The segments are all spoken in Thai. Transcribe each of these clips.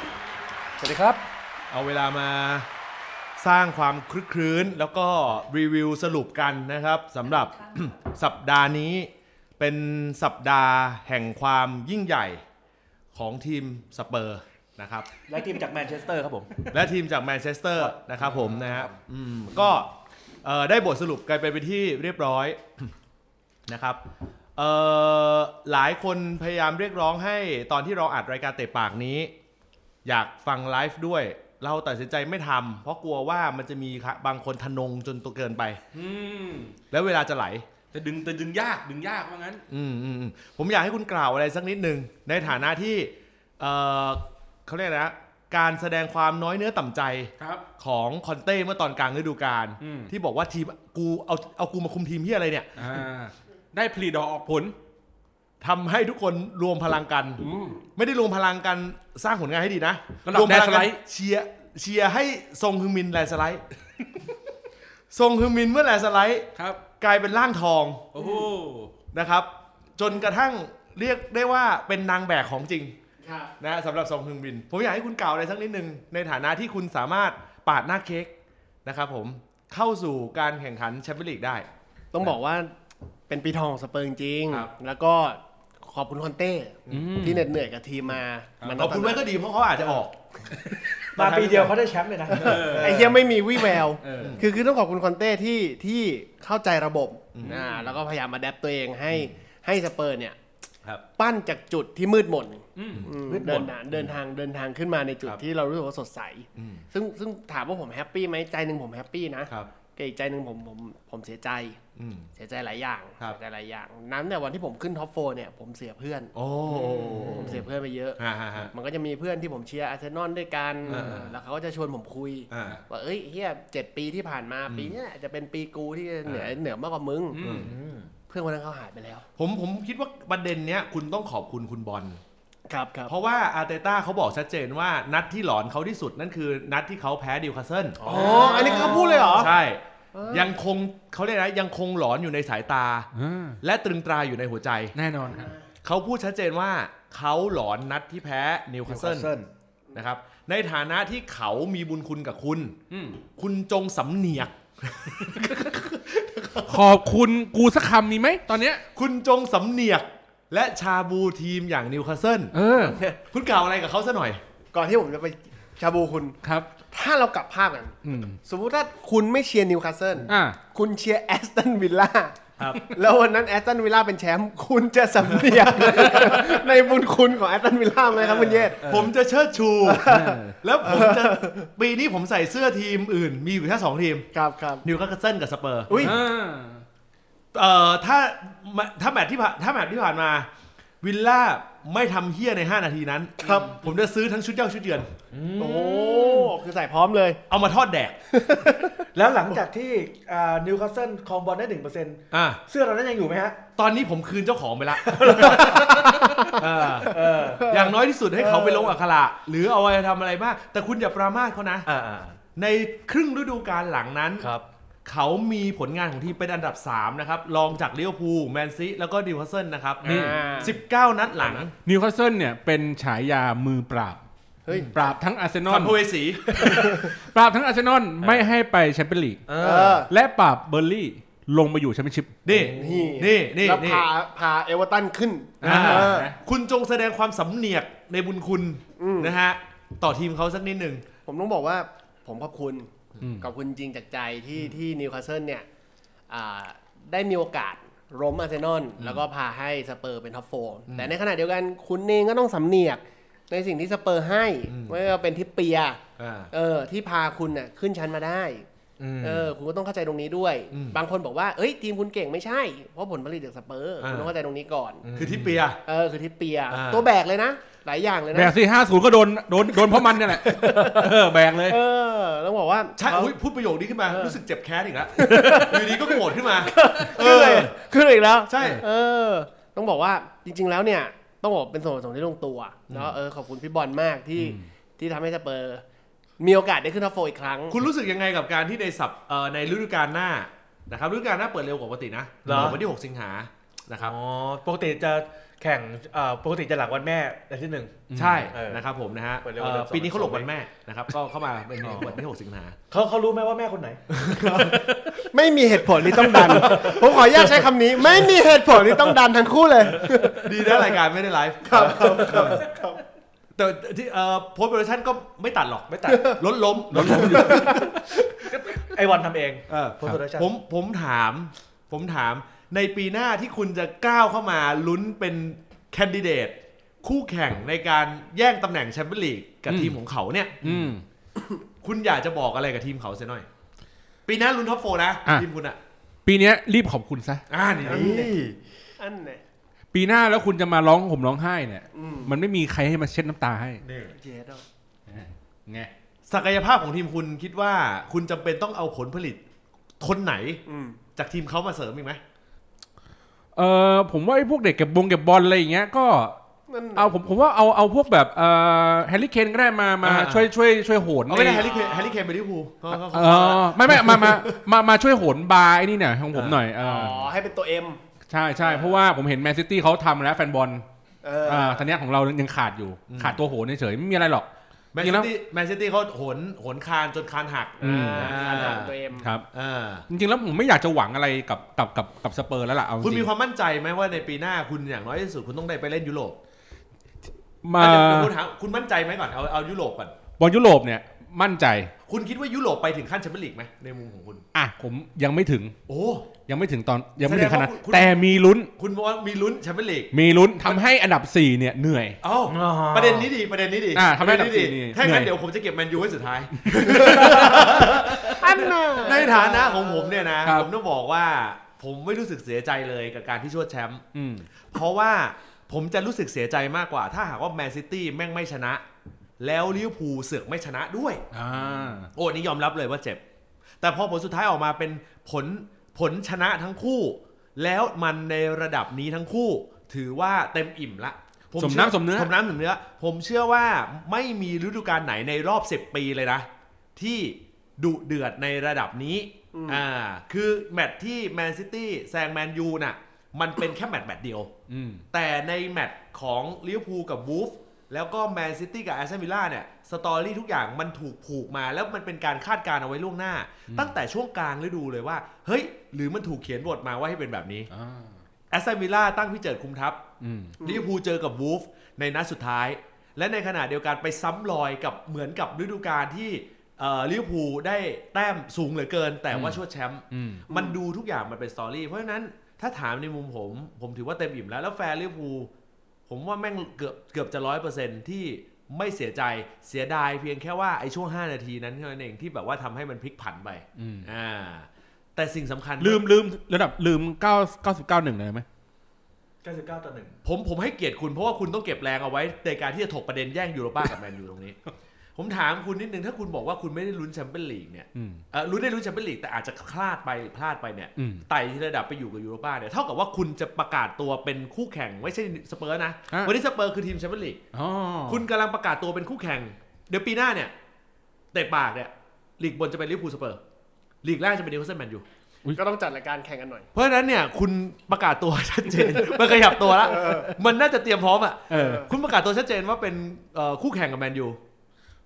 ครับ เอาเวลามาสร้างความคลึกครื้น แล้วก็รีวิวสรุปกันนะครับสำหรับ สัปดาห์นี้เป็นสัปดาห์แห่งความยิ่งใหญ่ของทีมสเปอร์นะครับ และทีมจากแมนเชสเตอร์ครับผม และทีมจากแมนเชสเตอร์นะครับผมนะฮะอืมก็เอ่อได้บทสรุปกันไปเป็นที่เรียบร้อย นะครับเอ่อหลายคนพยายามเรียกร้องให้ตอนที่เราอัดรายการเตะปากนี้ อยากฟังไลฟ์ด้วย เราตัดสินใจไม่ทำเพราะกลัวว่ามันจะมีค่ะบางคนทะนงจนตัวเกินไป อืม แล้วเวลาจะไหล แต่ดึงแต่ดึงยากดึงยากว่างั้น อืมอืมอืมผมอยากให้คุณกล่าวอะไรสักนิดหนึ่งในฐานะที่เอ่อเขาเรียกอะไรนะการแสดงความน้อยเนื้อต่ำใจ ครับ ของคอนเต้เมื่อตอนกลางฤดูกาล อืม ที่บอกว่าทีมกูเอาเอากูมาคุมทีมที่อะไรเนี่ย อ่าได้พลีดอออกผล ทำให้ทุกคนรวมพลังกัน อืม ไม่ได้รวมพลังกันสร้างผลงานให้ดีนะ ระดับ รวมพลั แลนด์สไล กั ด์ เชียร์เชียร์ให้ทรงฮึงมินแลนด์สไล ด์ ทรงฮึงมินเมื่อแลนด์สไลด์ ครับ กลายเป็นร่างทอง โอ้โห นะครับ จนกระทั่งเรียกได้ว่าเป็นนางแบกของจริงนะสำหรับทรงฮึงมิน ผมอยากให้คุณกล่าวอะไรสักนิดหนึ่งในฐานะที่คุณสามารถปาดหน้าเค้กนะครับผมเข้าสู่การแข่งขันแชมเปี้ยนลีกได้ ต้องบอกว่าเป็นปีทองของสเปอร์จริงๆ ครับ แล้วก็ขอบคุณคอนเต้ที่เหน็ดเหนื่อยกับทีมมามาณ ขอบคุณ ต ไว้ นนั้น ก็ดีเพราะเขาอาจจะออก มาปีเดียวเขาได้แชมป์เลยนะ ไอ้เหี้ยังไม่มีวี่แวว เออ คือคือต้องขอบคุณคอนเต้ที่ที่เข้าใจระบบอ่าแล้วก็พยายามมาแดปตัวเองให้ให้สเปอร์เนี่ย ครับ ปั้นจากจุดที่มืดมน อืม อืม มืดม เดิ น นทางเดินทางเดินทางขึ้นมาในจุดที่เรารู้สึกว่าสดใส ซึ่งซึ่งถามว่าผมแฮปปี้ไหมใจหนึ่งผมแฮปปี้นะครับ กับอีกใจหนึ่งผมผมผมเสียใจ อืม เสียใจหลายอย่าง ครับ เสียใจหลายอย่างนั้นเนี่ยวันที่ผมขึ้นท็อปโฟเนี่ยผมเสียเพื่อน โอ้ ผมเสียเพื่อนไปเยอะ ฮะฮะฮะ มันก็จะมีเพื่อนที่ผมเชียร์อาร์เซนอลด้วยกัน อ่า แล้วเขาก็จะชวนผมคุย อ่า ว่าเอ้ยเฮียเจ็ดปีที่ผ่านมาปีเนี้ยอาจจะเป็นปีกูที่เหนือเหนือมากกว่ามึง อืม เพื่อนคนนั้นเขาหายไปแล้ว ผมผมคิดว่าประเด็นเนี้ยคุณต้องขอบคุณคุณบอล ครับครับ เพราะว่าอาร์เตต้าเขาบอกชัดเจนว่านัดที่หลอนเขาที่สุดนั่นคือนัดที่เขาแพ้ดิวคาสเซิล อ๋ออันนี้เขาพูดเลยเหรอ ใช่ ยังคงเขาเรียกนะยังคงหลอนอยู่ในสายตา และตรึงตราอยู่ในหัวใจ แน่นอนครับ เขาพูดชัดเจนว่าเขาหลอนนัดที่แพ้นิวคาสเซิลนะครับในฐานะที่เขามีบุญคุณกับคุณ อืม คุณจงสำเนียก ขอบคุณกูสักคำนี้ไหมตอนเนี้ย คุณจงสำเนียกและชาบูทีมอย่างนิวคาสเซิล เออ คุณกล่าวอะไรกับเขาซะหน่อย ก่อนที่ผมจะไปชาบูคุณ ครับ ถ้าเรากลับภาพกัน อืม สมมุติถ้าคุณไม่เชียร์นิวคาสเซิล อ่า คุณเชียร์แอสตันวิลล่า ครับ แล้ววันนั้นแอสตันวิลล่าเป็นแชมป์คุณจะสำเนีย ก ในบุญคุณของแอสตันวิลล่าไหมครับคุณเยศ ผมจะเชิดชู แล้วผมจะ ปีนี้ผมใส่เสื้อทีมอื่น มีอยู่แค่สองทีม ครับครับ นิวคาสเซิลกับสเปอร์ อุ้ย อ่า เอ่อถ้าถ้าแมตช์ที่ผ่านถ้าแมตช์ที่ผ่านมา วิลล่าไม่ทำเฮี้ยใน 5 นาทีนั้น ครับ ผมจะซื้อทั้งชุดเย้าชุดเยือน โอ้คือใส่พร้อมเลย เอามาทอดแดก แล้วหลังจากที่นิวคาสเซิลครองบอลได้หนึ่งเปอร์เซ็นต์ อ่ะ เสื้อเรานั้นยังอยู่ไหมฮะ ตอนนี้ผมคืนเจ้าของไปละ เออ เออ อย่างน้อยที่สุดให้เขาไปลงอัคระหรือเอาไปทำอะไรบ้างแต่คุณอย่าปรามาสเขานะ อ่า ในครึ่งฤดูกาลหลังนั้น ครับ เขามีผลงานของทีมเป็นอันดับ 3 นะครับ รองจากเลี้ยวพูแมนซีแล้วก็ดิวคาสเซิลนะครับ อืม สิบเก้านัดหลัง นิวคาสเซิลเนี่ยเป็นฉายามือปราบ เฮ้ย ปราบทั้งอาร์เซนอ สั ล มภเวสี ปราบทั้งอาร์เซนอลไม่ให้ไปแชมเปี้ยนลีก เอ เอ อ อ และปราบเบอร์ลี่ลงมาอยู่แชมเปี้ยนชิพ นี่ นี่ นี่นี่ แล้ว นี่ พาพาเอเวอร์ตันขึ้น อ่า เออ คุณจงแสดงความสำเนียกในบุญคุณนะฮะ ต่อทีมเขาสักนิดหนึ่ง ผมต้องบอกว่าผมขอบคุณขอบคุณจริงจากใจที่ที่นิวคาสเซิลเนี่ยอ่าได้มีโอกาสล้มอาร์เซนอลแล้วก็พาให้สเปอร์เป็นท็อปโฟร์แต่ในขณะเดียวกันคุณเองก็ต้องสำเนียกในสิ่งที่สเปอร์ให้ไม่ว่าเป็นทิปเปียร์ อ่า เออที่พาคุณน่ะขึ้นชั้นมาได้เออคุณก็ต้องเข้าใจตรงนี้ด้วย บางคนบอกว่าเอ้ยทีมคุณเก่งไม่ใช่ เพราะผลผลิตจากสเปอร์คุณต้องเข้าใจตรงนี้ก่อน คือทิปเปีย เออคือทิปเปียร์ อ่า ตัวแบกเลยนะ หลายอย่างเลย แบ นะ กสี่ห้าศูนย์ก็โดนโดนโดนเพราะมันเนี่ยแหละ เออแบกเลย เออต้องบอกว่า ใช่อุ๊ยพูดประโยคนี้ขึ้นมา รู้สึกเจ็บแค้นอีก แล้วอยู่ดีก็โกรธขึ้นมา เออขึ้นเลยขึ้นเลยอีกแล้ว ใช่ เออ ต้องบอกว่าจริง ๆ แล้วเนี่ย ต้องบอกเป็นส่วนผสมที่ลงตัวแล้วเออขอบคุณพี่บอลมากที่ที่ทำให้สเปอร์ มีโอกาสได้ขึ้นท็อปโฟร์อีกครั้ง คุณรู้สึกยังไงกับการที่ในสัปเอ่อในฤดูกาลหน้านะครับฤดูกาลหน้าเปิดเร็วกว่าปกตินะ เหรอ เปิดวันที่ 6 สิงหา นะครับ อ๋อปกติจะแข่งเอ่อปกติจะหลังวันแม่แต่ที่หนึ่ง ใช่ เออ นะครับผมนะฮะ เปิดเร็ว เอ่อ เร็วสอง ปีนี้เขาหลบ สอง วันแม่นะครับ ก็เข้ามาเป็นวันที่ 6 สิงหา เขาเขารู้ไหมว่าแม่คนไหน ไม่มีเหตุผลที่ต้องดั น ผมขออนุญาตใช้คำนี้ ไม่มีเหตุผลที่ต้องดันทั้งคู่เลย ดีนะรายการไม่ได้ไลฟ์ครับครับแต่ที่เอ่อโพสต์โปรดักชั่นก็ไม่ตัดหรอก ไม่ตัด ล้นล้มล้นล้มอยู่ ไอ้วันทำเอง เออ Post production ผมผมถาม ผมถามในปีหน้าที่คุณจะก้าวเข้ามาลุ้นเป็นแคนดิเดต คู่แข่งในการแย่งตำแหน่งแชมเปี้ยนลีกกับ อืม ทีมของเขาเนี่ย อืม คุณอยากจะบอกอะไรกับทีมเขาเสียหน่อย ปีหน้าลุ้นท็อปโฟนะ อ่ะ ทีมคุณอ่ะ ปีเนี้ยรีบขอบคุณซะ อ่านี่ เอ้ย อันเนี่ย ปีหน้าแล้วคุณจะมาร้องห่มร้องไห้เนี่ย อืม มันไม่มีใครให้มาเช็ดน้ำตาให้ นี่ เจ๊ดอก ไง ศักยภาพของทีมคุณคิดว่าคุณจำเป็นต้องเอาผลผลิตคนไหน อืม จากทีมเขามาเสริมอีกไหม เออผมว่าไอ้พวกเด็กเก็บบงเก็บบอลอะไรอย่างเงี้ยก็ นั่นน่ะ เอาผมผมว่าเอาเอาพวกแบบเอ่อแฮร์รี่เคนก็ได้มามา อ่า ช่วยช่วยช่วยโหน เอาไม่ได้ อ้ แฮร์รี่เคนแฮร์รี่เคนไปลิเวอร์พูลก็ก็ก็ เออไม่ไม่มามามามาช่วยโหนบาร์ไอ้นี่เนี่อยของผม เออ หน่อยเอ อ๋ อ อ ให้เป็นตัวเอ็ม ใช่ใช่เพราะว่าผมเห็นแมนซิตี้เขาทำแล้วแฟนบอล เออ เออทีเนี้ยของเรายังขาดอยู่ ขาดตัวโหนเฉยๆไม่มีอะไรหรอก แมน จริงซิแล้ว ตี้แมนซิตี้เขาโหนโหนคานจนคานหัก อืม อ่า อันนั้นเป็นตัวเอ็ม ครับ อ่า จริงๆแล้วผมไม่อยากจะหวังอะไรกับกับกับกับสเปอร์แล้วล่ะเอาจ คุณ ริ มี ง ความมั่นใจไหมว่าในปีหน้าคุณอย่างน้อยที่สุดคุณต้องได้ไปเล่นยุโรป มา อ่ะเดี๋ยวคุณถามคุณมั่นใจไหมก่อนเอาเอายุโรปก่อน บอลยุโรปเนี่ยมั่นใจ คุณคิดว่ายุโรปไปถึงขั้นแชมเปี้ยนลีกไหมในมุมของคุณ อ่ะผมยังไม่ถึง โอ้ ยังไม่ถึงตอนยังไม่ถึงขนาด แสดงว่าคุณ แต่มีลุ้น คุณบอกว่ามีลุ้นแชมเปี้ยนลีก มีลุ้นทำให้อันดับสี่เนี่ยเหนื่อย เอ้า อ๋อ ประเด็นนี้ดีประเด็นนี้ดี อ่าทำให้ ประเด็นนี้อันดัดีบสี่นี่ ถ้างั้น เหนื่อย เดี๋ยวผมจะเก็บแมนยูไว้สุดท้าย อันน่ะ ในฐานะของผมเนี่ยนะ ครับ ผมต้องบอกว่า ผมไม่รู้สึกเสียใจเลยกับการที่ชวดแชมป์ อืม เพราะว่าผมจะรู้สึกเสียใจมากกว่า ถ้าหากว่าแมนซิตี้แม่งไม่ชนะ แล้วลิเวอร์พูลเสือกไม่ชนะด้วย อ่า โอ้อันนี่ยอมรับเลยว่าเจ็บ แต่พอผลสุดท้ายออกมาเป็นผลผลชนะทั้งคู่ แล้วมันในระดับนี้ทั้งคู่ ถือว่าเต็มอิ่มละ สม เชื่ น้ำสมเนื้อ สมน้ำสมเนื้อ ผมเชื่อว่าไม่มีฤดูกาลไหนในรอบ 10 ปีเลยนะ ที่ดุเดือดในระดับนี้อ่าคือแมตช์ที่แมนซิตี้แซงแมนยูน่ะ มันเป็นแค่แมตช์แมตช์เดียว อืม แต่ในแมตช์ของลิเวอร์พูลกับวูฟแล้วก็แมนซิตี้กับแอสตันวิลล่าเนี่ย สตอรี่ทุกอย่างมันถูกผูกมา แล้วมันเป็นการคาดการณ์เอาไว้ล่วงหน้า ตั้งแต่ช่วงกลางฤดูเลยว่า เฮ้ย หรือมันถูกเขียนบทมาว่าให้เป็นแบบนี้ อ่า แอสตันวิลล่าตั้งพิเจิดคุมทัพ อืม ลิเวอร์พูลเจอกับวูฟในนัดสุดท้าย และในขณะเดียวกันไปซ้ำรอยกับเหมือนกับฤดูกาลที่เอ่อลิเวอร์พูลได้แต้มสูงเหลือเกิน แต่ว่า อืม ชวดแชมป์ อืม มันดูทุกอย่างมันเป็นสตอรี่ เพราะฉะนั้นถ้าถามในมุมผม ผมถือว่าเต็มอิ่มแล้ว แล้วแฟนลิเวอร์พูลผมว่าแม่งเกือบเกือบจะร้อยเปอร์เซ็นที่ไม่เสียใจเสียดายเพียงแค่ว่าไอ้ช่วง 5 นาทีนั้นเท่านั้นเองที่แบบว่าทำให้มันพลิกผันไป อืม อ่าแต่สิ่งสำคัญ ลืมลืมระดับลืม9 99หนึ่งเลยไหม 99ต่อหนึ่ง ผมผมให้เกียรติคุณเพราะว่าคุณต้องเก็บแรงเอาไว้ในการที่จะถกประเด็นแย่งยูโรป้ากับแมนยูตรงนี้ ผมถามคุณนิดนึงถ้าคุณบอกว่าคุณไม่ได้ลุ้นแชมเปี้ยนลีกเนี่ย อืม เออลุ้นได้ลุ้นแชมเปี้ยนลีกแต่อาจจะคลาดไปหรือพลาดไปเนี่ย อืม ไต่ระดับไปอยู่กับยูโรป้าเนี่ยเท่ากับว่าคุณจะประกาศตัวเป็นคู่แข่งไม่ใช่สเปอร์นะ อ่ะ วันนี้สเปอร์คือทีมแชมเปี้ยนลีก อ๋อ คุณกำลังประกาศตัวเป็นคู่แข่ง เดี๋ยวปีหน้าเนี่ยเตะปากเนี่ยลีกบนจะเป็นลิเวอร์พูลสเปอร์ลีกล่างจะเป็นนิวคาสเซิลแมนยู ก็ต้องจัดรายการแข่งกันหน่อย เพราะฉะนั้นเนี่ยคุณประกาศตัว ชัดเจนมันขยับตัวแล้วมันน่าจะเตรียมพร้อมอ่ะ เออ คุณประกาศตัวชัดเจนว่าเป็นเอ่อคู่แข่งกับแมนยู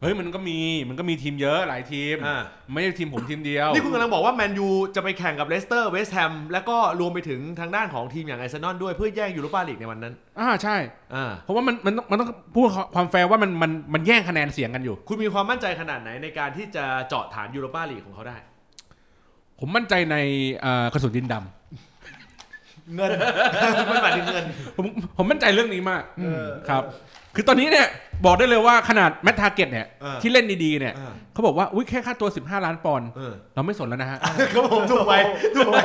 เฮ้ยมันก็มีมันก็มีทีมเยอะหลายทีม อ่า ไม่ใช่ทีมผมทีมเดียว นี่คุณกำลังบอกว่าแมนยูจะไปแข่งกับเลสเตอร์เวสต์แฮมแล้วก็รวมไปถึงทางด้านของทีมอย่างไอซ์นอนด้วยเพื่อแย่งยูโรป้าลีกในวันนั้น อ่าใช่ อ่า เพราะว่ามันมันต้องมันต้องพูดความแฟร์ว่ามันมันมันแย่งคะแนนเสียงกันอยู่ คุณมีความมั่นใจขนาดไหนในการที่จะเจาะฐานยูโรปาลีกของเขาได้ ผมมั่นใจในเอ่อกระสุนดินดำ เงิน มันหมายถึงเงิน ผมผมมั่นใจเรื่องนี้มากครับ คือตอนนี้เนี่ยบอกได้เลยว่าขนาดแมททาเก็ตเนี่ย เออ ที่เล่นดีๆเนี่ย เออ เขาบอกว่าอุ้ยแค่ค่าตัว 15 ล้านปอนด์ เออ เราไม่สนแล้วนะฮะ ครับผม ถูกไหมถูกไหม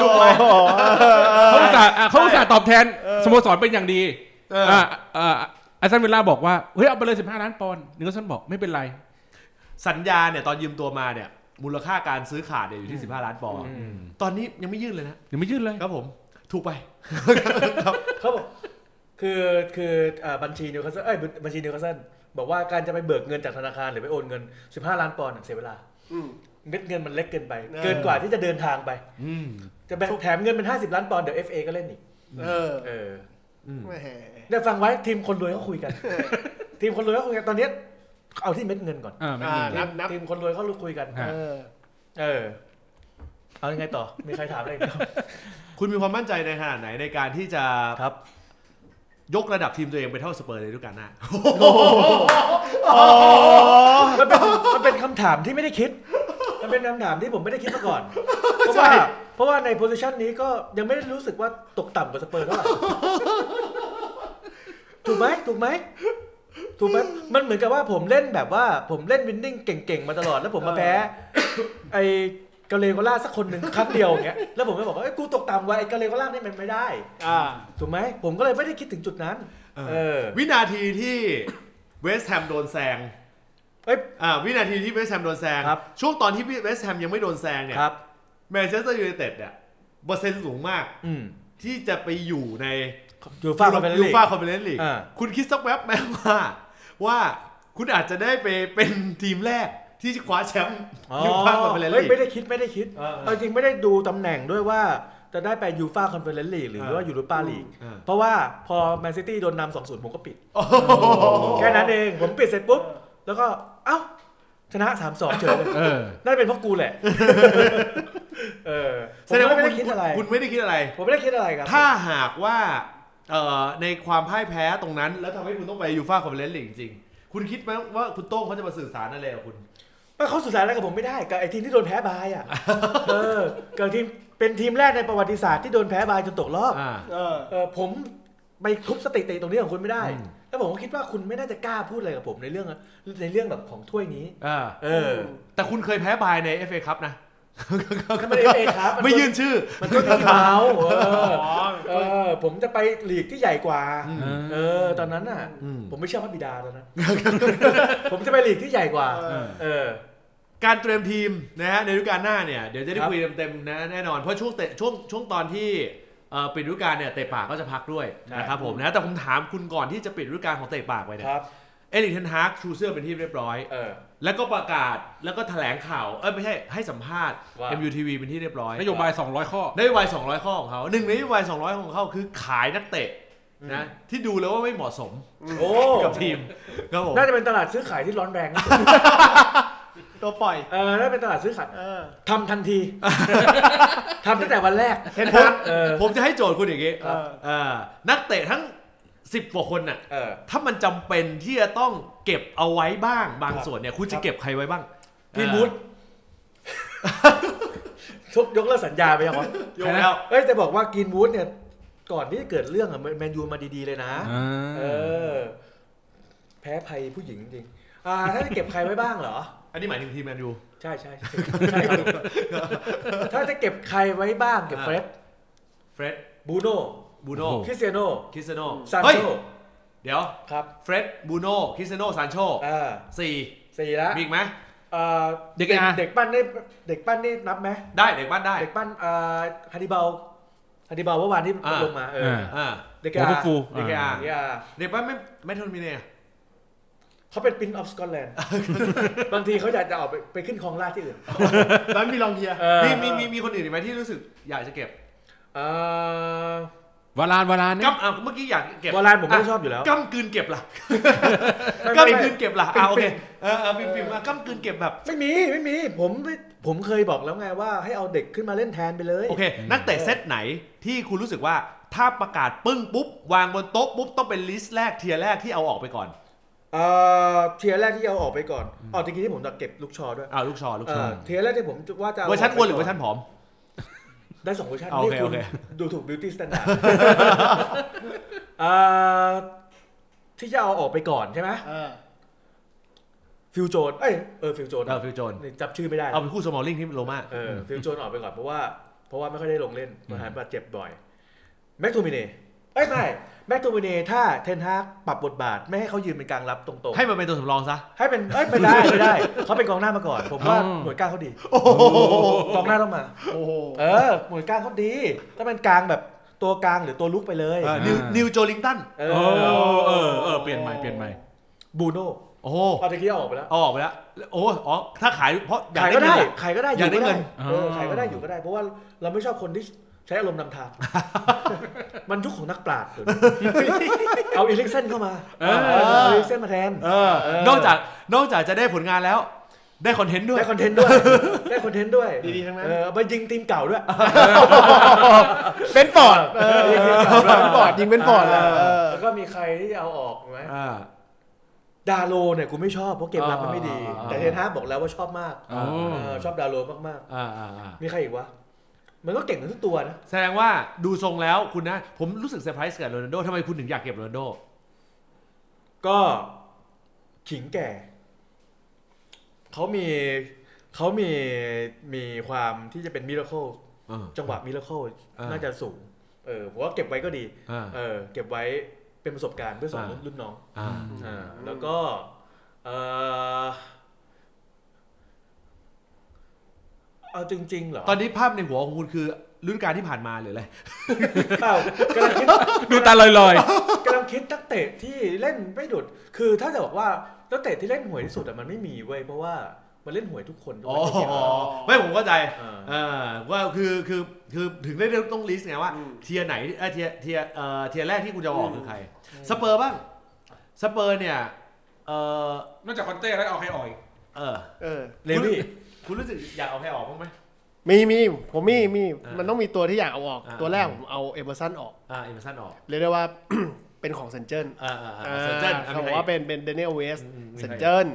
ถูกไหม เขาอุตส่าห์อ่ะเขาอุตส่าห์ตอบแทนสโมสรเป็นอย่างดี เออ อ่าอ่าอาซันวิลล่าบอกว่าเฮ้ยเอาไปเลย 15 ล้านปอนด์นิโคลสันบอกไม่เป็นไร สัญญาเนี่ยตอนยืมตัวมาเนี่ย มูลค่าการซื้อขาดเนี่ยอยู่ที่ 15 ล้านปอนด์ตอนนี้ยังไม่ยื่นเลยนะ เดี๋ยวไม่ยื่นเลย ครับผม ถูกไป เขาบอกคือคือเอ่อบัญชีนิวคาสเซิลเอ้ยบัญชีนิวคาสเซิลบอกว่าการจะไปเบิกเงินจากธนาคารหรือไปโอนเงิน 15 ล้านปอนด์เสียเวลา อืม เม็ดเงินมันเล็กเกินไป เออ เกินกว่าที่จะเดินทางไป อืม จะแบ่งแถมเงินเป็น 50 ล้านปอนด์เดี๋ยว FA ก็เล่นอีก เออ เออ แหม เนี่ยฟังไว้ทีมคนรวยเขาคุยกัน ทีมคนรวยเขาคุยกันตอนเนี้ยเอาที่เม็ดเงินก่อน อ่าไม่ อ่า มี นับนับ ทีมคนรวยเขาคุยกัน ฮะ เออ เออ เอายังไงต่อ มีใครถามอะไรอีกไหมครับ คุณมีความมั่นใจในขนาดไหนในการที่จะ ครับ ยกระดับทีมตัวเองไปเท่าสเปอร์ในฤดูกาลหน้า มันเป็นมันเป็นคำถามที่ไม่ได้คิด มันเป็นคำถามที่ผมไม่ได้คิดมาก่อน เพราะ ใช่ ว่า เพราะว่าในโพสิชันนี้ก็ยังไม่ได้รู้สึกว่าตกต่ำกว่าสเปอร์เท่าไหร่ ถูกไหมถูกไหมถูกไหมมันเหมือนกับว่าผมเล่นแบบว่า ผมเล่นวินนิ่งเก่งๆมาตลอดแล้วผมมาแพ้ไอ้กาเลโกล่าสักคนหนึ่งครั้งเดียวอย่างเงี้ยแล้วผมก็บอกว่าเอ้ยกูตกต่ำกว่าไอ้กาเลโกล่านี่มันไม่ได้ อ่า ถูกไหมผมก็เลยไม่ได้คิดถึงจุดนั้น เออ วินาทีที่เวสต์แฮมโดนแซง เอ้ย อ่าวินาทีที่เวสต์แฮมโดนแซง ครับ ช่วงตอนที่เวสต์แฮมยังไม่โดนแซงเนี่ย ครับ แมนเชสเตอร์ยูไนเต็ดเนี่ยเปอร์เซ็นต์สูงมาก อืม ที่จะไปอยู่ใน ยูฟ่าคอนเฟอเรนซ์ลีก ยูฟ่าคอนเฟอเรนซ์ลีก อ่า คุณคิดสักแวบไหมว่า ว่าคุณอาจจะได้ไปเป็นทีมแรกที่คว้าแชมป์ยูฟ่าคอนเฟอเรนซ์ ฮ้ย ลีก ไม่ได้คิดไม่ได้คิด เออเออ เอาจริงไม่ได้ดูตำแหน่งด้วยว่าจะได้ไปยูฟ่าคอนเฟอเรนซ์ลีกหรือ เออ ว่ายูโรปาลีก เออ เพราะว่าพอแมนซิตี้โดนนำสองศูนย์ผมก็ปิด โอ้โห แค่นั้นเองผมปิดเสร็จปุ๊บ แล้วก็เอ้า ชนะสามสองเฉยเลย เออ น่าจะเป็นเพราะกูแหละ เออ แสดงว่า ผมไม่ คุณ ได้คิดอะไร คุณไม่ได้คิดอะไร ผมไม่ได้คิดอะไรครับ ถ้าหากว่าเอ่อในความพ่ายแพ้ตรงนั้น แล้วทำให้คุณต้องไปยูฟ่าคอนเฟอเรนซ์ลีกจริงๆคุณคิดไหมว่าคุณโต้งเขาจะมาสื่อสารอะไรกับคุณ ไม่เขาสื่อสารอะไรกับผมไม่ได้กับไอ้ทีมที่โดนแพ้บายอ่ะ เออกับทีมเป็นทีมแรกในประวัติศาสตร์ที่โดนแพ้บายจนตกรอบ อ่า เออ เออผมไปทุบสติติตรงนี้ของคุณไม่ได้ อืม แล้วผมก็คิดว่าคุณไม่น่าจะกล้าพูดอะไรกับผมในเรื่องในเรื่องแบบของถ้วยนี้ อ่า เออ แต่คุณเคยแพ้บายใน FA ครับนะ มันไม่ได้เอครับ ไม่ยื่นชื่อ มันก็ที่เมาส์เออ อ๋อ เออ ผมจะไปหลีกที่ใหญ่กว่า อืม เออ ตอนนั้นน่ะ อืม ผมไม่เชื่อพระบิดาต อนนั้น ผมจะไปหลีกที่ใหญ่กว่า เออ เออ การเตรียมทีมนะฮะในฤดูกาลหน้าเนี่ยเดี๋ยวจะได้ ครับ คุยเต็มๆนะแน่นอนเพราะช่วงเตะช่วงช่วงตอนที่เอ่อปิดฤดูกาลเนี่ยเตะปากก็จะพักด้วยนะครับผมนะแต่ผมถามคุณก่อนที่จะปิดฤดูกาลของเตะปากไปเนี่ย ครับ เอริกเทนฮากชูเสื้อเป็นที่เรียบร้อย เออ แล้วก็ประกาศแล้วก็แถลงข่าวเออไม่ใช่ให้สัมภาษณ์ ว่า MUTV เป็นที่เรียบร้อย นโยบาย 200 ข้อ นโยบาย 200 ข้อของเขาหนึ่งในนโยบาย 200 ของเขาคือขายนักเตะนะที่ดูแล้วว่าไม่เหมาะสม โอ้ กับทีมครับผม น่าจะเป็นตลาดซื้อขายที่ร้อนแรงนะ ตัวปล่อย เออน่าจะเป็นตลาดซื้อขาย เออ ทำทัน ทีทำตั้งแต่วันแรก เทนฮาก เออ ผมจะให้โจทย์คุณอย่างงี้ ครับ เออนักเตะทั้ง 10กว่าคนน่ะ เออ ถ้ามันจำเป็นที่จะต้องเก็บเอาไว้บ้างบางส่วนเนี่ย คุณ ค จะ รับ เก็บใครไว้บ้าง พี่ เออ บูธชกยกเลิกสัญญาไปยังวะ ยกแล้ว เอ้ยแต่บอกว่ากินวูดเนี่ย ก่อนที่จะเกิดเรื่องอะแมนยูมาดีๆเลยนะ อ่า เออ แพ้ภัยผู้หญิงจริง อ่า ถ้าจะเก็บใครไว้บ้างเหรอ อันนี้หมายถึงทีมแมนยู ใช่ใช่ใช่ใช่ครับถ้าจะเก็บใครไว้บ้างเก็บ อ่า เฟรด เฟร็ด บูโน่ บูโน่ คริสเตียโน คริสเซโน ซาน เฮ้ย โช เดี๋ยว ครับ เฟร็ดบูโน่คริสเซโนซานโช อ่า สี่ สี่ละ มีอีกไหม อ่า เด็กอา เด็กปั้นได้เด็กปั้นได้นับไหม ได้เด็กบ้านได้ เด็กปั้นอ่าฮันดิบาลฮันดิบาลเมื่อวานที่ อ่า ลงมาเอออ อ่า เด็ก วอ อา เตอร์ฟูล เด็กอา เด็กอา เด็กบ้านไม่ไม่ทนมีเนี่ย เขาเป็นปินออฟสกอตแล นด์ บางทีเขาอยากจะออกไปไปขึ้นคลองลาดที่อื่น ร้านมีลองเฮีย เออ มีมีมีมีคนอื่นอีกไหมที่รู้สึกอยากจะเก็บ เอ่อ วาลานวาลานเนี่ย กัมอ่ะเมื่อกี้อยากเก็บ โบราณผมไม่ชอบอยู่แล้ว กัมกลืนเก็บล่ะ ไม่ กัม ไม่ กลื ไม่ นเก็บล่ะอ่าโอเค ปิ๊ง เออเออปิ๊งปิ๊งมากัมกลืนเก็บแบบ ไม่มีไม่มี ผมไม่ผมเคยบอกแล้วไงว่าให้เอาเด็กขึ้นมาเล่นแทนไปเลย โอเค นักเตะเซตไหนที่คุณรู้สึกว่าถ้าประกาศปึ้งปุ๊บ วางบนโต๊ะปุ๊บ ต้องเป็นลิสต์แรกเทียร์แรกที่เอาออกไปก่อน เอ่อเทียร์แรกที่เอาออกไปก่อนอ๋อจริงๆที่ผมจะเก็บลูกชอด้วย อ้าวลูกชอ ลูก เอ ชอ อเทียร์แรกที่ผมว่าจะา เวอร์ชันอ้วนหรือเว ไป อร์ชันผอม ได้สองเวอร์ชัน อ่าโอ นี่ เค คุณ โอเค ดูถูกบิวตี้สแตน ดาร์ด ที่จะเอาออกไปก่อนใช่ไหม เออ ฟิลโจน เอ้ย เออ ฟิลโจน เออฟิลโจน จับชื่อไม่ได้ เอาไปคู่สมอลลิงที่โรม่า เออ ฟิลโจนออกไปก่อนเพราะว่า เพราะว่าไม่ค่อยได้ลงเล่นมันหายบาดเจ็บบ่อย แม็กทูมิเน่เอ้ยไม่ แม็กทูมิเน่ถ้าเทนฮากปรับบทบาทไม่ให้เขายืนเป็นกลางรับตรงๆ ให้มันเป็นตัวสำรองซะ ให้เป็น เอ้ยไม่ได้ไม่ได้ เขาเป็นกองหน้ามาก่อน ผมว่าหน่วยกลางเขาดี กองหน้าต้องมา โอ้โห เออ หน่วยกลางเขาดี ถ้าเป็นกลางแบบตัวกลางหรือตัวลุกไปเลย นิวนิวโจลิงตัน เอ โอ้ อ เออเออเปลี่ยนใหม่เปลี่ยนใหม่ บูโน่ โอ้โห เอาตะกี้เอาออกไปแล้ว เอาออกไปแล้ว โอ้อ๋อ ถ้าขายเพราะอยาก ขาย ได้ ก็ได้ เงิน ขายก็ได้ อยากได้เงิน เออ อ่า ขายก็ได้อยู่ก็ได้ เพราะว่าเราไม่ชอบคนที่ ใช้อารมณ์นำทาง มันยุคของนักปราชญ์ เอาอีลิกเซนเข้ามา เออ เอาอีลิกเซนมาแทน เออ นอกจากนอกจากจะได้ผลงานแล้ว ได้คอนเทนต์ด้วย ได้คอนเทนต์ด้วย ได้คอนเทนต์ด้วย ดีๆทั้งนั้น เออไปยิงทีมเก่าด้วย เป็นปอดเป็นปอดยิงเป็นปอดเลย เอ แล้วก็มีใครที่จะเอาออกไหม อ่า ดาโลเนี่ยกูไม่ชอบเพราะเกมรับมันไม่ดี อ่าอ่าอ่า แต่เทนฮาร์กบอกแล้วว่าชอบมาก อ๋อ เออชอบดาโลมาก อ่าอ่าอ่า ๆ มีใครอีกวะ มันก็เก่งกันทุกตัวนะ แสดงว่าดูทรงแล้วคุณนะ ผมรู้สึกเซอร์ไพรส์กับโรนัลโดทำไมคุณถึงอยากเก็บโรนัลโด ก็ขิงแก่ เขามีเขามีมีความที่จะเป็นมิราเคิลจังหวะมิราเคิล อ่า น่าจะสูง เออผมว่าเก็บไว้ก็ดี อ่า เออ เก็บไว้เป็นประสบการณ์เพื่อสอน อ่ารุ่ รุ่นน้อง อ่า อ่าแล้วก็เอ่อเอาจริงๆเหรอ ตอนนี้ภาพในหัวของคุณคือฤดูกาลที่ผ่านมาหรืออะไร เป ล่ากำลังคิด ดูตาลอย กำลังคิดนักเตะที่เล่นไม่ดุดคือถ้าจะบอกว่านักเตะที่เล่นหวยที่สุดอะมันไม่มีเว้ยเพราะว่ามันเล่นหวยทุกคนทุก อ๋อ คนทุกคน ไม่ผมเข้าใจ อ่า เอ่าว่าคือคือคือถึงได้ต้องลิสต์ไงว่า เทียร์ไหนเอ่อเทียร์เทียร์เอ่อเทียร์แรกที่คุณจะออกคือใคร สเปอร์บ้าง สเปอร์เนี่ย เออ ๆนอกจากคอนเต้แล้วเอาใครอ่อย เออ เออ เลวี่ คุณรู้สึกอยากเอาใครออกบ้างไหม มีมีผมมีมี อ่ามั มันต้องมีตัวที่อยากเอาออก อ่า ตัวแรกผมเอาเอเ r อร์ n ันออก อ่าเอเมอร์สันออก เรียกได้ว่า เป็นของเซนเจน อ่าอ่าอ่าเซอร์เจน เขาบอกว่าเป็นเป็นเดนเนลเวสเซนเจน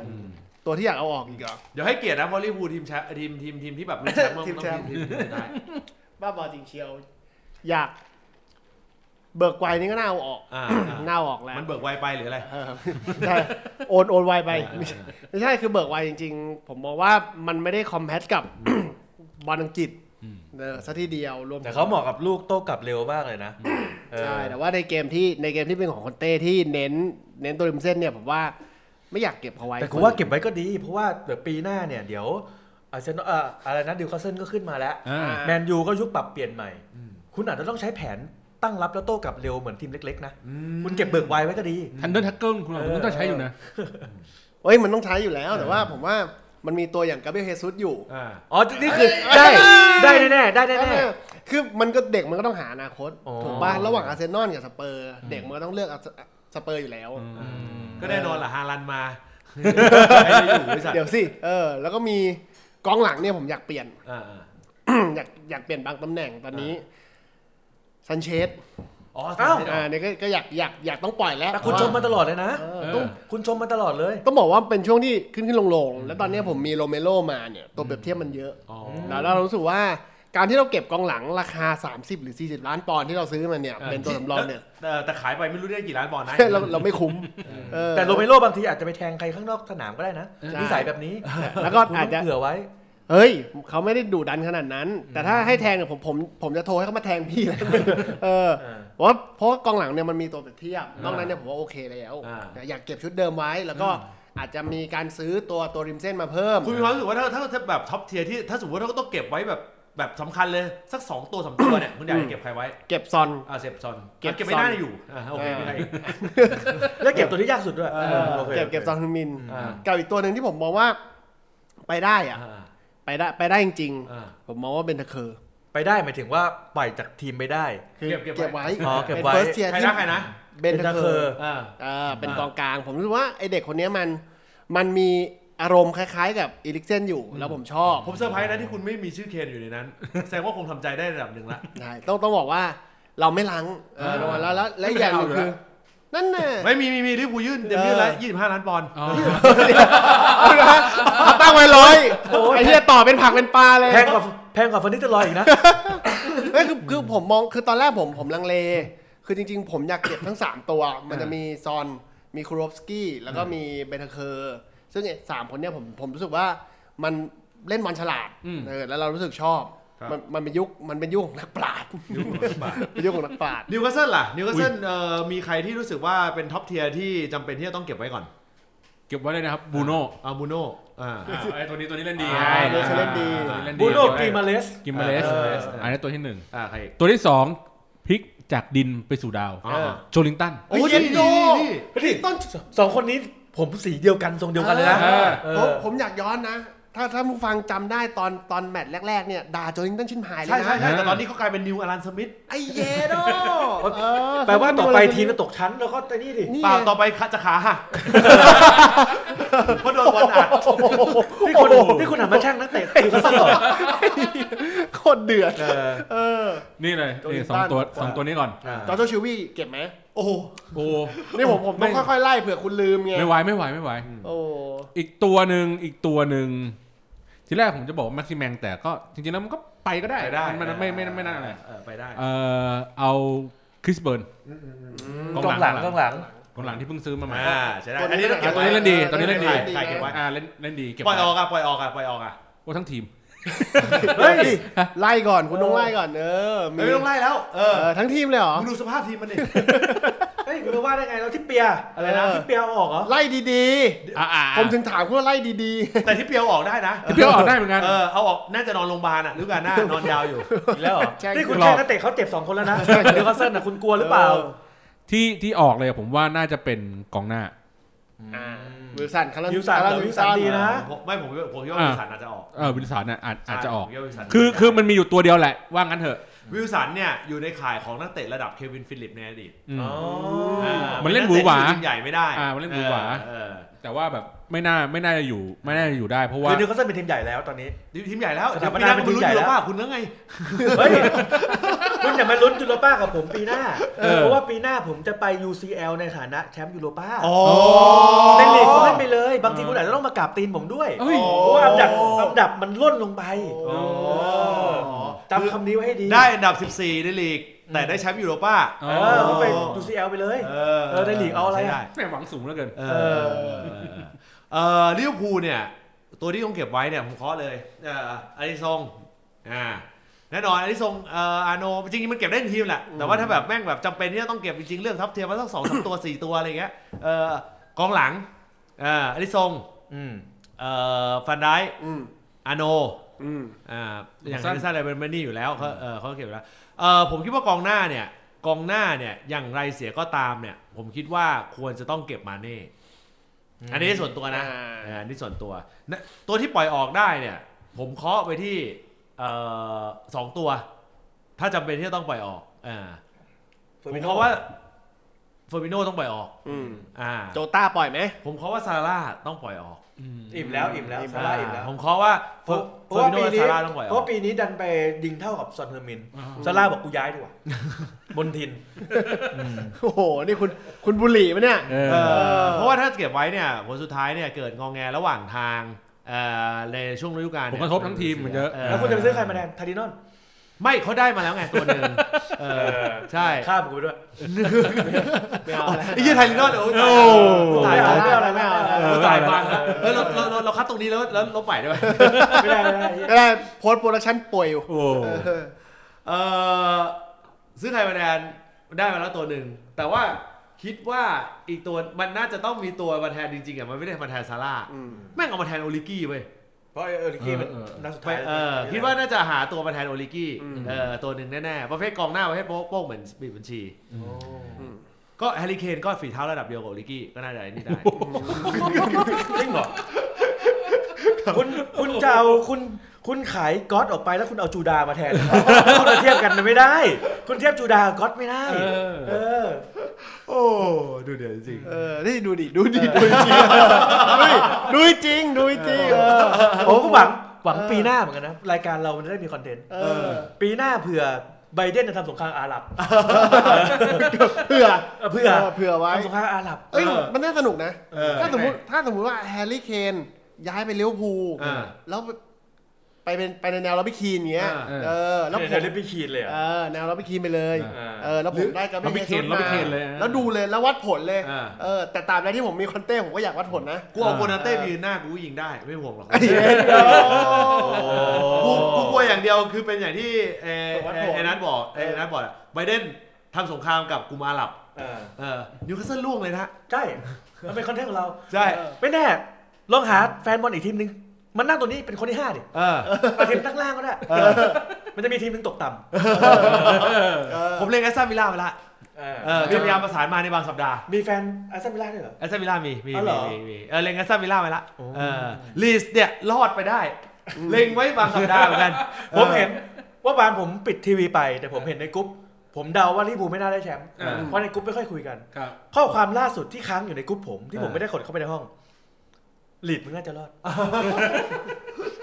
ตัวที่อยากเอาออกอีกเหรอ เดี๋ยวให้เกียรตินะเพราะลิเวอร์พูลทีมแชมป์ทีมทีมทีมที่แบบลุ้นแชมป์ ต้อง ทีมแชมป์ ทีทีทีได้ บ้าบอจริงเชียว อยาก เบิกไกวนี่ก็น่าเอาออก อ่าอ่า น่าเอาออกแล้ว มันเบิกไวไปหรืออะไร เออ ใช่โอนโอนไวไป อ่า ไม่ใช่ไม่ใช่คือเบิกไวจริง ๆ ผมมองว่ามันไม่ได้คอมแพต กับ บอลอังกฤษเออซะทีเดียวรวม แต่เขาเหมาะกับลูกโต้กลับเร็วมากเลยนะเออ ใช่ แต่ว่าในเกมที่ในเกมที่เป็นของคอนเต้ที่เน้น เน้นตัวริมเส้นเนี่ยผมว่าไม่อยากเก็บเขาไว้ แต่กูว่าเก็บไว้ก็ดี เพราะว่าเดี๋ยวปีหน้าเนี่ยเดี๋ยวอาร์เซนอลเอ่ออะไรนะดิวคาสเซิลก็ขึ้นมาแล้ว อ่า แมนยูก็ยุคปรับเปลี่ยนใหม่ คุณอาจจะต้องใช้แผนตั้งรับแล้วโต้กลับเร็วเหมือนทีมเล็กๆนะ คุณเก็บเบิกไวไว้ก็ดี ทันเดอร์ทักเกิลคุณคุณต้องใช้อยู่นะ เอ้ยมันต้องใช้อยู่แล้ว แต่ว่าผมว่ามันมีตัวอย่างกาเบรียลเฮซุสอยู่ อ่า อ๋อ นี่คือได้ ได้แน่ๆได้แน่ คือมันก็เด็กมันก็ต้องหาอนาคต อ๋อ ถูกป่ะระหว่างอาร์เซนอลกับสเปอร์ เด็กมันก็ต้องเลือกอาร์เซสเปอร์อยู่แล้ว ก็แน่นอนแหละฮาลัน มาไม่ได้อยู่บริษัท เดี๋ยวสิเออ แล้วก็มีกองหลังเนี่ยผมอยากเปลี่ยน อ่าอ่า อยากอยากเปลี่ยนบางตำแหน่งตอนนี้ซันเชส อ๋อ เอ้า ใช่ใช่ อ่าเนี่ยก็ก็อยากอยากอยากต้องปล่อยแล้ ๆ ว แต่คุณชมมาตลอดเลยนะ เออต้อง คุณชมมาตลอดเลย ต้องบอกว่าเป็นช่วงที่ขึ้นขึ้นลงลงๆแล้วตอนเนี้ยผมมีโรเมโรมาเนี่ย ตัวเปรียบเทียบมันเยอะ อ๋อ แล้วเรารู้สึกว่าการที่เราเก็บกองหลังราคา 30 หรือ 40 ล้านปอนด์ที่เราซื้อมันเนี่ย เป็นตัวสำรองเนี่ย ออแต่ขายไปไม่รู้ได้กี่ล้านบอลนะ เราเราไม่คุ้มเออ แต่โรเมโรบางทีอาจจะไปแทงใครข้างนอกสนามก็ได้นะ ใช่ นิสัยแบบนี้ แล้วก็ คุณ อา ต้ จ อจะงเผื่อไว้ เฮ้ย เขาไม่ได้ดุดันขนาดนั้น แต่ถ้าให้แทงเนี่ยผมผมผมจะโทรให้เขามาแทงพี่แล้ว เออ เออ เพราะว่าเพราะว่ากองหลังเนี่ยมันมีตัวเปรียบเทียบนอกนั้นเนี่ยผมว่าโอเคแล้ว อ่า แต่อยากเก็บชุดเดิมไว้แล้วก็อาจจะมีการซื้อตัวตัวริมเส้นมาเพิ่ม คุณมีความรู้สึกว่าถ้าถ้าถ้าแบบท็อปเทียร์ที่ถ้าสมมติว่าเราก็ต้องเก็บไว้แบบแบบสำคัญเลยสักสองตัวสามตัวเนี่ย คุณอยากจะเก็บใครไว้ เก็บซอน อ่าเซฟซอน เก็บ อ่ะเก็บ ซ ไม่ อน ได้อยู่อ่าโอเคไม่ได้อีก แล้วเก็บตัวที่ยากสุดด้วย เออ โอค เก็บเก็บซอนฮึงมิน อ่า กับอีกตัวหนึ่งที่ผมมองว่าไปได้อะ อ่า ไปได้ไปได้จริง อ่า ๆ ผมมองว่าเป็นทะเคอร์ ไปได้หมายถึงว่าปล่อยจากทีมไปได้ คือ เก็บเก็บ เก็บ ไว้ ไว้ อ๋อเก็บไว้ เฟิร์สเทีย ใคร ที่ นะใครนะ เบนทะเคอร์ อ่า อ่าเป็น อ่าก ก องกลาง ผมรู้สึกว่าไอเด็กคนเนี้ยมันมันมีอารมณ์คล้ายๆ กับอีลิกเซนอยู่แล้วผมชอบ ผมเซอร์ไพรส์นะที่คุณไม่มีชื่อเคนอยู่ในนั้น แสดงว่าคงทำใจได้ระดับหนึ่งละ ใช่ต้องต้องบอกว่าเราไม่ล้างเออ อ่า แล้วแล้วและอีกอย่างหนึ่ง ไม่เอาอยู่ คือ แล้ว นั่นน่ะ ไม่มีมีมีลิฟูลยื่นเต็มยื่นแล้วยี่สิบห้าล้านปอนด์ อ๋อ เอาละเขาตั้งไว้ร้อยไอ้เหี้ยต่อเป็นผักเป็นปลาเลย แพงกว่าแพงกว่าเฟอร์นิเจอร์ลอยอีกนะ ไม่คือคือผมมองคือตอนแรกผมผมลังเล คือจริง ๆ ผมอยากเก็บทั้ง 3 ตัว มันจะมีซอนมีครูรฟสกี้แล้วก็มีเบนเทอร์เคอร์ซึ่งไอ้สามคนเนี้ยผมผมรู้สึกว่ามันเล่นบอลฉลาดเออแล้วเรารู้สึกชอบ มันมันเป็นยุคมันเป็นยุคของนักปราชญ์เป็นยุคของนักปราชญ์ นิวคาสเซิลล่ะนิวคาสเซิลเอ่อมีใครที่รู้สึกว่าเป็นท็อปเทียร์ที่จำเป็นที่จะต้องเก็บไว้ก่อน เก็บไว้เลยนะครับบูโน่ อามูโนอ่า ไอตัวนี้ตัวนี้เล่นดี อ่า เดชเล่นดี อ่า บูโน่กีมาเลส กิมเบเลส เออ อันนี้ตัวที่หนึ่ง อ่าใครอีก ตัวที่สองพลิกจากดินไปสู่ดาว อ๋อ โจลิงตัน โอ้ยเย็นโด ต้นสองคนนี้ผมสีเดียวกันทรงเดียวกันเลยนะ เออ เอ ผม อ ผมอยากย้อนนะ ถ้าถ้าผู้ฟังจำได้ตอนตอนแมตช์แรก ๆ เนี่ยด่าโจลิงตันชิมหายเลย ใช่ใช่ นะ ใช่แต่ตอนนี้เขากลายเป็นนิวอารันสมิธ ไอเยโดเออ แปลว่าต่อไปทีมจะตกชั้นแล้วก็ไอ้นี่ดิ นี่ เปล่า ไง ต่อไปจะขา หักเพราะโดนบอลอัด นี่คุณนี่คุณหันมาแช่งนั กเตะนิวคาสเซิลเหรอ โคตรเดือด เออ นี่เลย โจลิ นี่ งสอตันงตัวสองตัวนี้ก่อน จอร์จโจชิวี่เก็บไหม โอ้โห โอ้ นี่ผมผมต้อง ไม่ ค่อยๆ ไล่เผื่อคุณลืมไง ไม่ไหวไม่ไหวไม่ไหว โอ้ อีกตัวหนึ่งอีกตัวหนึ่งทีแรกผมจะบอกว่าแม็กซิแมงแต่ก็จริงๆแล้วมันก็ไปก็ได้ ไปได้ มันไม่ไม่ไม่ไม่น่าอะไร เออไปได้ เอ่อเอาคริสเบิร์น กองหลังกองหลัง กองหลังที่เพิ่งซื้อมาใหม่ อ่าใช่ได้ ตัวอันนี้นี้ ก็ ต้อง เก็ เก็บบ ตัวนี้ไว้เล่นดีตัวนี้เล่นดี ถ่ายถ่ายเก็ เก็บบ ไว้ ไว้ อ่าเล่นเล่นดีเก็บ ปล่อยออ ไว้ กอ่ะปล่อยออกอ่ะปล่อยออกอ่ะ โอ้ทั้งทีม เฮ้ย ไล่ก่อนคุณต้องไล่ก่อน เออมี ไม่ต้องไล่แล้ว เออ เออทั้งทีมเลยเหรอ มึงดูสภาพทีมมันดิ เฮ้ยคุณรู้ว่าได้ไงเราที่เปีย อะไรนะ ที่เปียเอาออกเหรอ ไล่ดี อ่าอ่า ๆ ผมถึงถามคุณว่าไล่ดี แต่ที่เปียวออกได้นะ เพียวออกได้เหมือนกัน เออเอาออกน่าจะนอนโรงพยาบาลอ่ะฤดูกาลหน้านอนยาวอยู่ ๆ แล้วเหรอ นี่คุณแช่งนักเตะเขาเจ็บสองคนแล้วนะนิวคาสเซิลน่ะคุณกลัวหรือเปล่า เออ ที่ที่ออกเลยอะผมว่าน่าจะเป็นกองหน้า วิลสันคาร์ล วิลสัน คาร์ล เหรอ วิลสัน วิลสันดีนะ ผมไม่ผมผมคิดว่าวิลสันอาจจะออก เออวิลสันน่ะอาจอาจจะออก ผมคิดว่าวิลสัน คือคือมันมีอยู่ตัวเดียวแหละ ว่างั้นเถอะ วิลสันเนี่ยอยู่ในข่ายของนักเตะระดับเควินฟิลิปในอดีต อืม อ๋อ อ่า มันเล่นหวือหวา เป็กเตะที่ทีมใหญ่ไม่ได้ อ่ามันเล่นหวือหวา เออ แต่ว่าแบบไม่น่าไม่น่าจะอยู่ ไม่น่าจะอยู่ได้เพราะว่า คือนิวคาสเซิลเป็นทีมใหญ่แล้วตอนนี้ เออทีมใหญ่แล้ว ส เดี๋ยปีหถาว ปนา น้า เป็ ก็มันนลุ้น ทีมใหญ่ ยู แล้ โร ว ป้าคุณแล้วไง เฮ้ยคุณอย่ามาลุ้นยูโรป้ากับผมปีหน้า เออ เพราะว่าปีหน้าผมจะไป UCL ในฐานะแชมป์ยูโรป้า อ๋อ เล่นลีกเขาเล่นไปเลย บางทีคุณอาจจะต้องมากราบตีนผมด้วย เอ้ย โอ้ เพราะว่าอันดับอันดับมันล่นลงไป โอ้ จำคำนี้ไว้ให้ดี ได้อันดับ 14 ในลีก แต่ได้แชมป์ยูโรป้า เอ เอ อ อคุณไป UCL ไปเลย เออได้ลีกเอาอะไรอะ ใช่ด้ แม่งหวังสูงเหลือเกิน เออเออลิเวอร์พูลเนี่ย ตัวที่ต้องเก็บไว้เนี่ยผมเคาะเลยเอออาริซงอ่าแน่นอนอาริซงเอ่ออาโนจริงๆมันเก็บได้ทั้งทีมแหละแต่ว่าถ้าแบบแม่งแบบจำเป็นที่จะต้องเก็บจริงๆเรื่องทัพเทียมมาสักสองสามตัวสี่ตัวอะไรอย่างเงี้ยเออกองหลังเอ่ออาริซง อืม เอ่อฟันไดค์ อืม อาโน อืม อ่าอย่าง สั้น ที่ทราบอะไรเป็นไม่นี่อยู่แล้วเขาเออเขาเก็บไว้แล้วเออผมคิดว่ากองหน้าเนี่ยกองหน้าเนี่ยอย่างไรเสียก็ตามเนี่ย ผมคิดว่าควรจะต้องเก็บมาเน่อันนี้ส่วนตัวนะ อ่า เอออันนี้ส่วนตัวนะตัวที่ปล่อยออกได้เนี่ย ผมเคาะไปที่เออสองตัว ถ้าจำเป็นที่จะต้องปล่อยออกอ่าผมเคาะว่าเฟอร์มิโนต้องปล่อยออก อืม อ่า โจต้าปล่อยไหม ผมเคาะว่าซาร่าต้องปล่อยออก อิ่มแล้วอิ่มแล้วซาร่าอิ่มแล้ว อ่าผมเคาะว่าเฟอร์ เพ เฟอร์มิโนและราะว่าปีนี้ ซาร่าต้องปล่อยออเพก ราะปีนี้ดันไปดิงเท่ากับซอนเฮอร์มิน อ่า ซาร่าบอกกูย้ายดีกว่าบนทิน โอ้โห นี่คุณคุณบุหรี่ปะเนี่ย เอ เอ อ อเพราะว่าถ้าเก็บไว้เนี่ยผลสุดท้ายเนี่ยเกิดงองแงระหว่างทางเอ่อในช่วงฤดูกาล ผมเนี่ย กระทบทั้งทีมมันเยอะ แล้วคุณจะไปซื้อใครมาแทนทารินอน ไม่เขาได้มาแล้วไงตัวหนึ่งเออใช่ ข้ามกูไปด้วย ไม่เอาแล้ว ไอ้ยี่ไทยลินอลโอ้ย โอ้ ตาย ไม่ ตาย เอา ตาย แล้วไม่เอาแล้ว เออตายบางแล้วเออเราเราเราเราคัดตรงนี้แล้วแล้วลบใหม่ได้ไหม ไม่ได้ไม่ได้ ไม่ได้โพสต์โปรดักชั่นป่วยอยู่ โอ้ เออซื้อใครมาแทนได้มาแล้วตัวหนึ่งแต่ว่าคิดว่าอีกตัวมันน่าจะต้องมีตัวมาแทนจริงๆอ่ะมันไม่ได้มาแทนซาร่า อืม แม่งเอามาแทนโอลิกี้เว้ย เพราะเออริกี้มันนัดสุด ไป ท้าย เออคิดว่าน่าจะหาตัวมาแทนโอลิกี้ อืม เออตัวหนึ่งแน่ๆ ประเภทกองหน้าประเภทโป๊ะโป้งเหมือนบีดบัญชี โอ้ ก็แฮร์รี่เคนก็ฝีเท้าระดับเดียวกับโอลิกี้ก็น่าจะไอ้นี่ได้ จริงเหรอคุณคุณจะเอาคุณคุณขายก๊อตออกไปแล้วคุณเอาจูดามาแทนคุณมาเทียบกันมันไม่ได้ คุณเทียบจูดากับก๊อตไม่ได้เออ โอ้ดูเดือดจริง เออ นี่ดูดิ ดูดิ ดูจริงเฮ้ยดูจริง ดูจริง เออ ผมก็หวังหวังปีหน้าเหมือนกันนะ รายการเรามันจะได้มีคอนเทนต์ เออ ปีหน้าเผื่อไบเดนจะทำสงครามอาหรับ เผื่อ เออเผื่อ เผื่อไว้ ทำสงครามอาหรับ เอ้ยมันน่าสนุกนะ เออ ถ้าสมมติถ้าสมมติว่าแฮร์รี่เคนย้ายไปลิเวอร์พูล อ่า แล้วไปไปเป็นไปในแนวล็อบบี้คีนอย่างเงี้ย อ่า เออแล้วผ เฮ ม ลิปปี้คีนเลย เอ อ่ะ อแนวล็อบบี้คีนไปเลย อ่า เออแล้วผมได้กับ ล็อบบี้เคนล็อบบี้เคนเลยอ่ะ แล้วดูเลยแล้ววัดผลเลย อ่า เออแต่ตามใดที่ผมมีคอนเต้ผมก็อยากวัดผลนะ กูเอาโกนาเต้ไปยืนหน้ากูก็ยิงได้ไม่ห่วงหรอกกูกูกลัวอย่างเดียวคือเป็นอย่างที่เออ วัด เอ ผล อไอ้นัทบอกไอ้นัทบอกอะไบเดนทำสงครามกับกลุ่มอาหรับ เออ เออนิวคาสเซิลล่วงเลยนะ ใช่มันเป็นคอนเทนต์ของเรา ใช่ ไม่แน่ลองหาแฟนบอลอีกทีมหนึง มันนั่งตัวนี้เป็นคนที่ห้าดิ เออ เอาทีมตั้งล่างก็ได้มันจะมีทีมหนึงตกต่ ผมเล่นแอสตันวิลล่าไปละ เ อ่า เออจะพยายามประสานมาในบางสัปดาห์ มีแฟนอาร์เซนอลวิลล่าด้วยเหรอ แอสตันวิลล่ามีมี อ๋อเหร มี อ มีมีเออเล็งแอสตันวิลล่าไว้ละ โอ้ เออลีสเนี่ยรอดไปได้ เล็งไว้บางสัปดาห์เหมือนกัน ผมเห็นว่าบานผมปิดทีวีไป แต่ผมเห็นในกรุ๊ปผมเดาว่าลิเวอร์พูลไม่น่าได้แชมป์ เออ เพราะในกรุ๊ปไม่ค่อยคุยกัน ครับ ข้อความล่าสุดที่ค้างอยู่ในกรุ๊ปผมที่ผมไม่ได้กดเข้าไปในห้องลีดมึงน่าจะรอด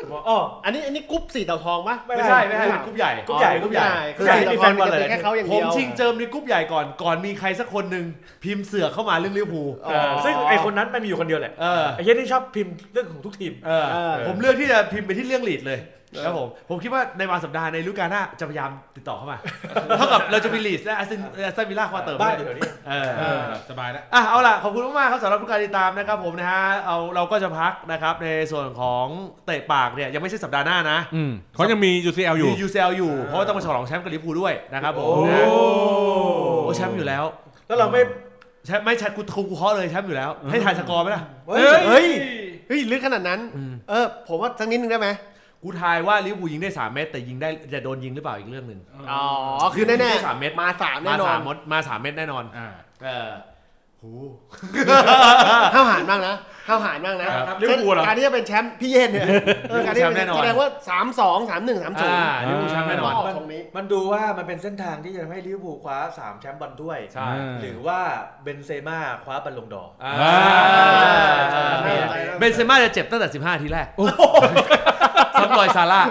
ผมบอกอ๋อ อันนี้อันนี้กรุ๊ปสี่เต่าทองปะ ไม่ ไม่ใช่ไม่ใช่เป็นกรุ๊ปใหญ่ กรุ๊ปใหญ่ อ๋อก รุ๊ รุ๊ ป ป ให ให ญ่ ญ่ คือสี่ ใช่ เต่าทอง มีแฟนบอล จะ หลายเป็นๆแค่เขาอย่าง ผ เดี ม ยว ชิงเจิมในกรุ๊ปใหญ่ก่อนก่อนมีใครสักคนหนึ่งพิมพ์เสือกเข้ามาเรื่องลิเวอร์พูล อ๋อ ซึ่งไอคนนั้นมันมีอยู่คนเดียวแหละ เออ ไอเหี้ยนี่ชอบพิมพ์เรื่องของทุกทีม เออ เออ ผมเลือกที่จะพิมพ์ไปที่เรื่องลีดเลยครับผมผมคิดว่าในบางสัปดาห์ในฤดูกาลหน้าจะพยายามติดต่อเข้ามาเท่ากับเราจะมีลีดและแอสตันวิลล่าควอเตอร์ บ้านอยู่แถวนี้ เออ เออสบายแล้ว อ่ะเอาล่ะ ขอบคุณมากๆครับสำหรับทุกการติดตามนะครับผมนะฮะเอาเราก็จะพักนะครับ ในส่วนของเตะปากเนี่ย ยังไม่ใช่สัปดาห์หน้านะ อืมเขายังมี UCL อยู่ มี UCL อยู่ เพราะว่าต้องมาฉลองแชมป์กับลิเวอร์พูลด้วยนะครับผม โอ้ นะโอ้แชมป์อยู่แล้ว แล้วเราไม่ แชมป์ไม่แชมป์กูกูเคาะเลยแชมป์อยู่แล้ว ให้ถ่ายสกอร์ไหมล่ะ เฮ้ย เฮ้ย เฮ้ยลึกขนาดนั้น เออ ผมว่าสักนิดนึงได้ไหม กูทายว่าลิเวอร์พูลยิงได้ 3 เม็ดแต่ยิงได้จะโดนยิงหรือเปล่าอีกเรื่องหนึ่ง อ๋อ คือแน่ๆ ได้สามเม็ด มาสามแน่ มาน อ สาน มมดมาสามเม็ดแน่นอน อ่า เออโห ห้าวหาญบ้างนะห้าวหาญบ้างนะครับเช่น ลิเวอร์พูลเหรอ การที่จะเป็นแชมป์พี่เย็น เนี่ยเออการที่จะ แชมป์แน่ เป็นนอน แสดงว่าสามสองสามหนึ่งสามศูนย์ อ่าลิเวอร์พูลแชมป์แน่นอน ออกตรงนี้ มันดูว่ามันเป็นเส้นทางที่จะทำให้ลิเวอร์พูลคว้าสามแชมป์บอลถ้วย ใช่ หรือว่าเบนเซม่าคว้าบัลลงดอร์ อ่า อ่า เบนเซม่าจะเจ็บตั้งแต่15ทีแรกซ้ำรอยซาร่า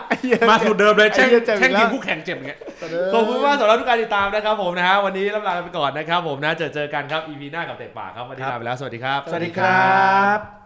มาสูตรเดิมเลยแช่ง ไอ้เหี้ยเจ็บอีก แช่ง แล้ว ทีมคู่แข่งเจ็บอย่างเงี้ย ขอบคุณมากสำหรับทุกการติดตามนะครับผมนะฮะวันนี้ลำลากันไปก่อนนะครับผมนะเจอเจอกันครับ EP หน้ากับเตะปากครับ วันนี้ลาไปแล้ว สวัสดีครับ สวัสดีครับ